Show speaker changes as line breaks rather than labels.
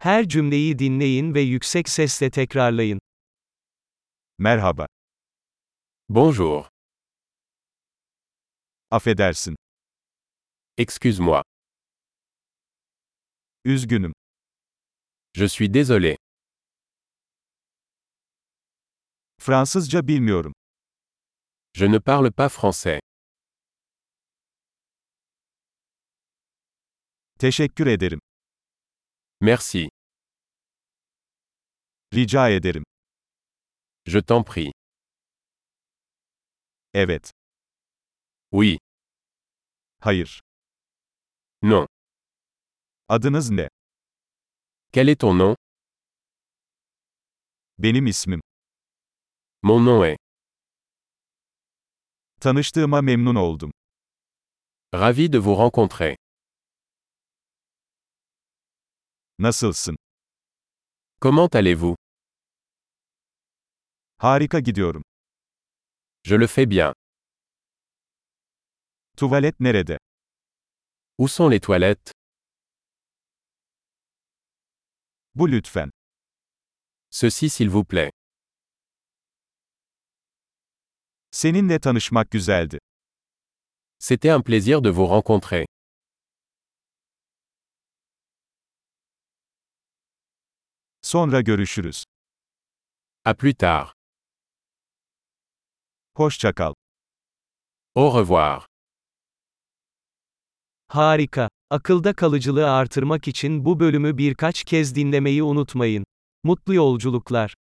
Her cümleyi dinleyin ve yüksek sesle tekrarlayın.
Merhaba.
Bonjour.
Affedersin.
Excuse-moi.
Üzgünüm.
Je suis désolé.
Fransızca bilmiyorum.
Je ne parle pas français.
Teşekkür ederim.
Merci.
Rica ederim.
Je t'en prie.
Evet.
Oui.
Hayır.
Non.
Adınız ne?
Quel est ton nom
Benim ismim.
Mon nom est.
Tanıştığıma memnun oldum.
Ravi de vous rencontrer.
Nasılsın?
Comment allez-vous
Harika gidiyorum.
Je le fais bien.
Tuvalet nerede?
Où sont les toilettes
Bu lütfen.
Ceci s'il vous plaît.
Seninle tanışmak güzeldi.
C'était un plaisir de vous rencontrer.
Sonra görüşürüz.
À plus tard.
Hoşça kal.
Au revoir.
Harika. Akılda kalıcılığı artırmak için bu bölümü birkaç kez dinlemeyi unutmayın. Mutlu yolculuklar.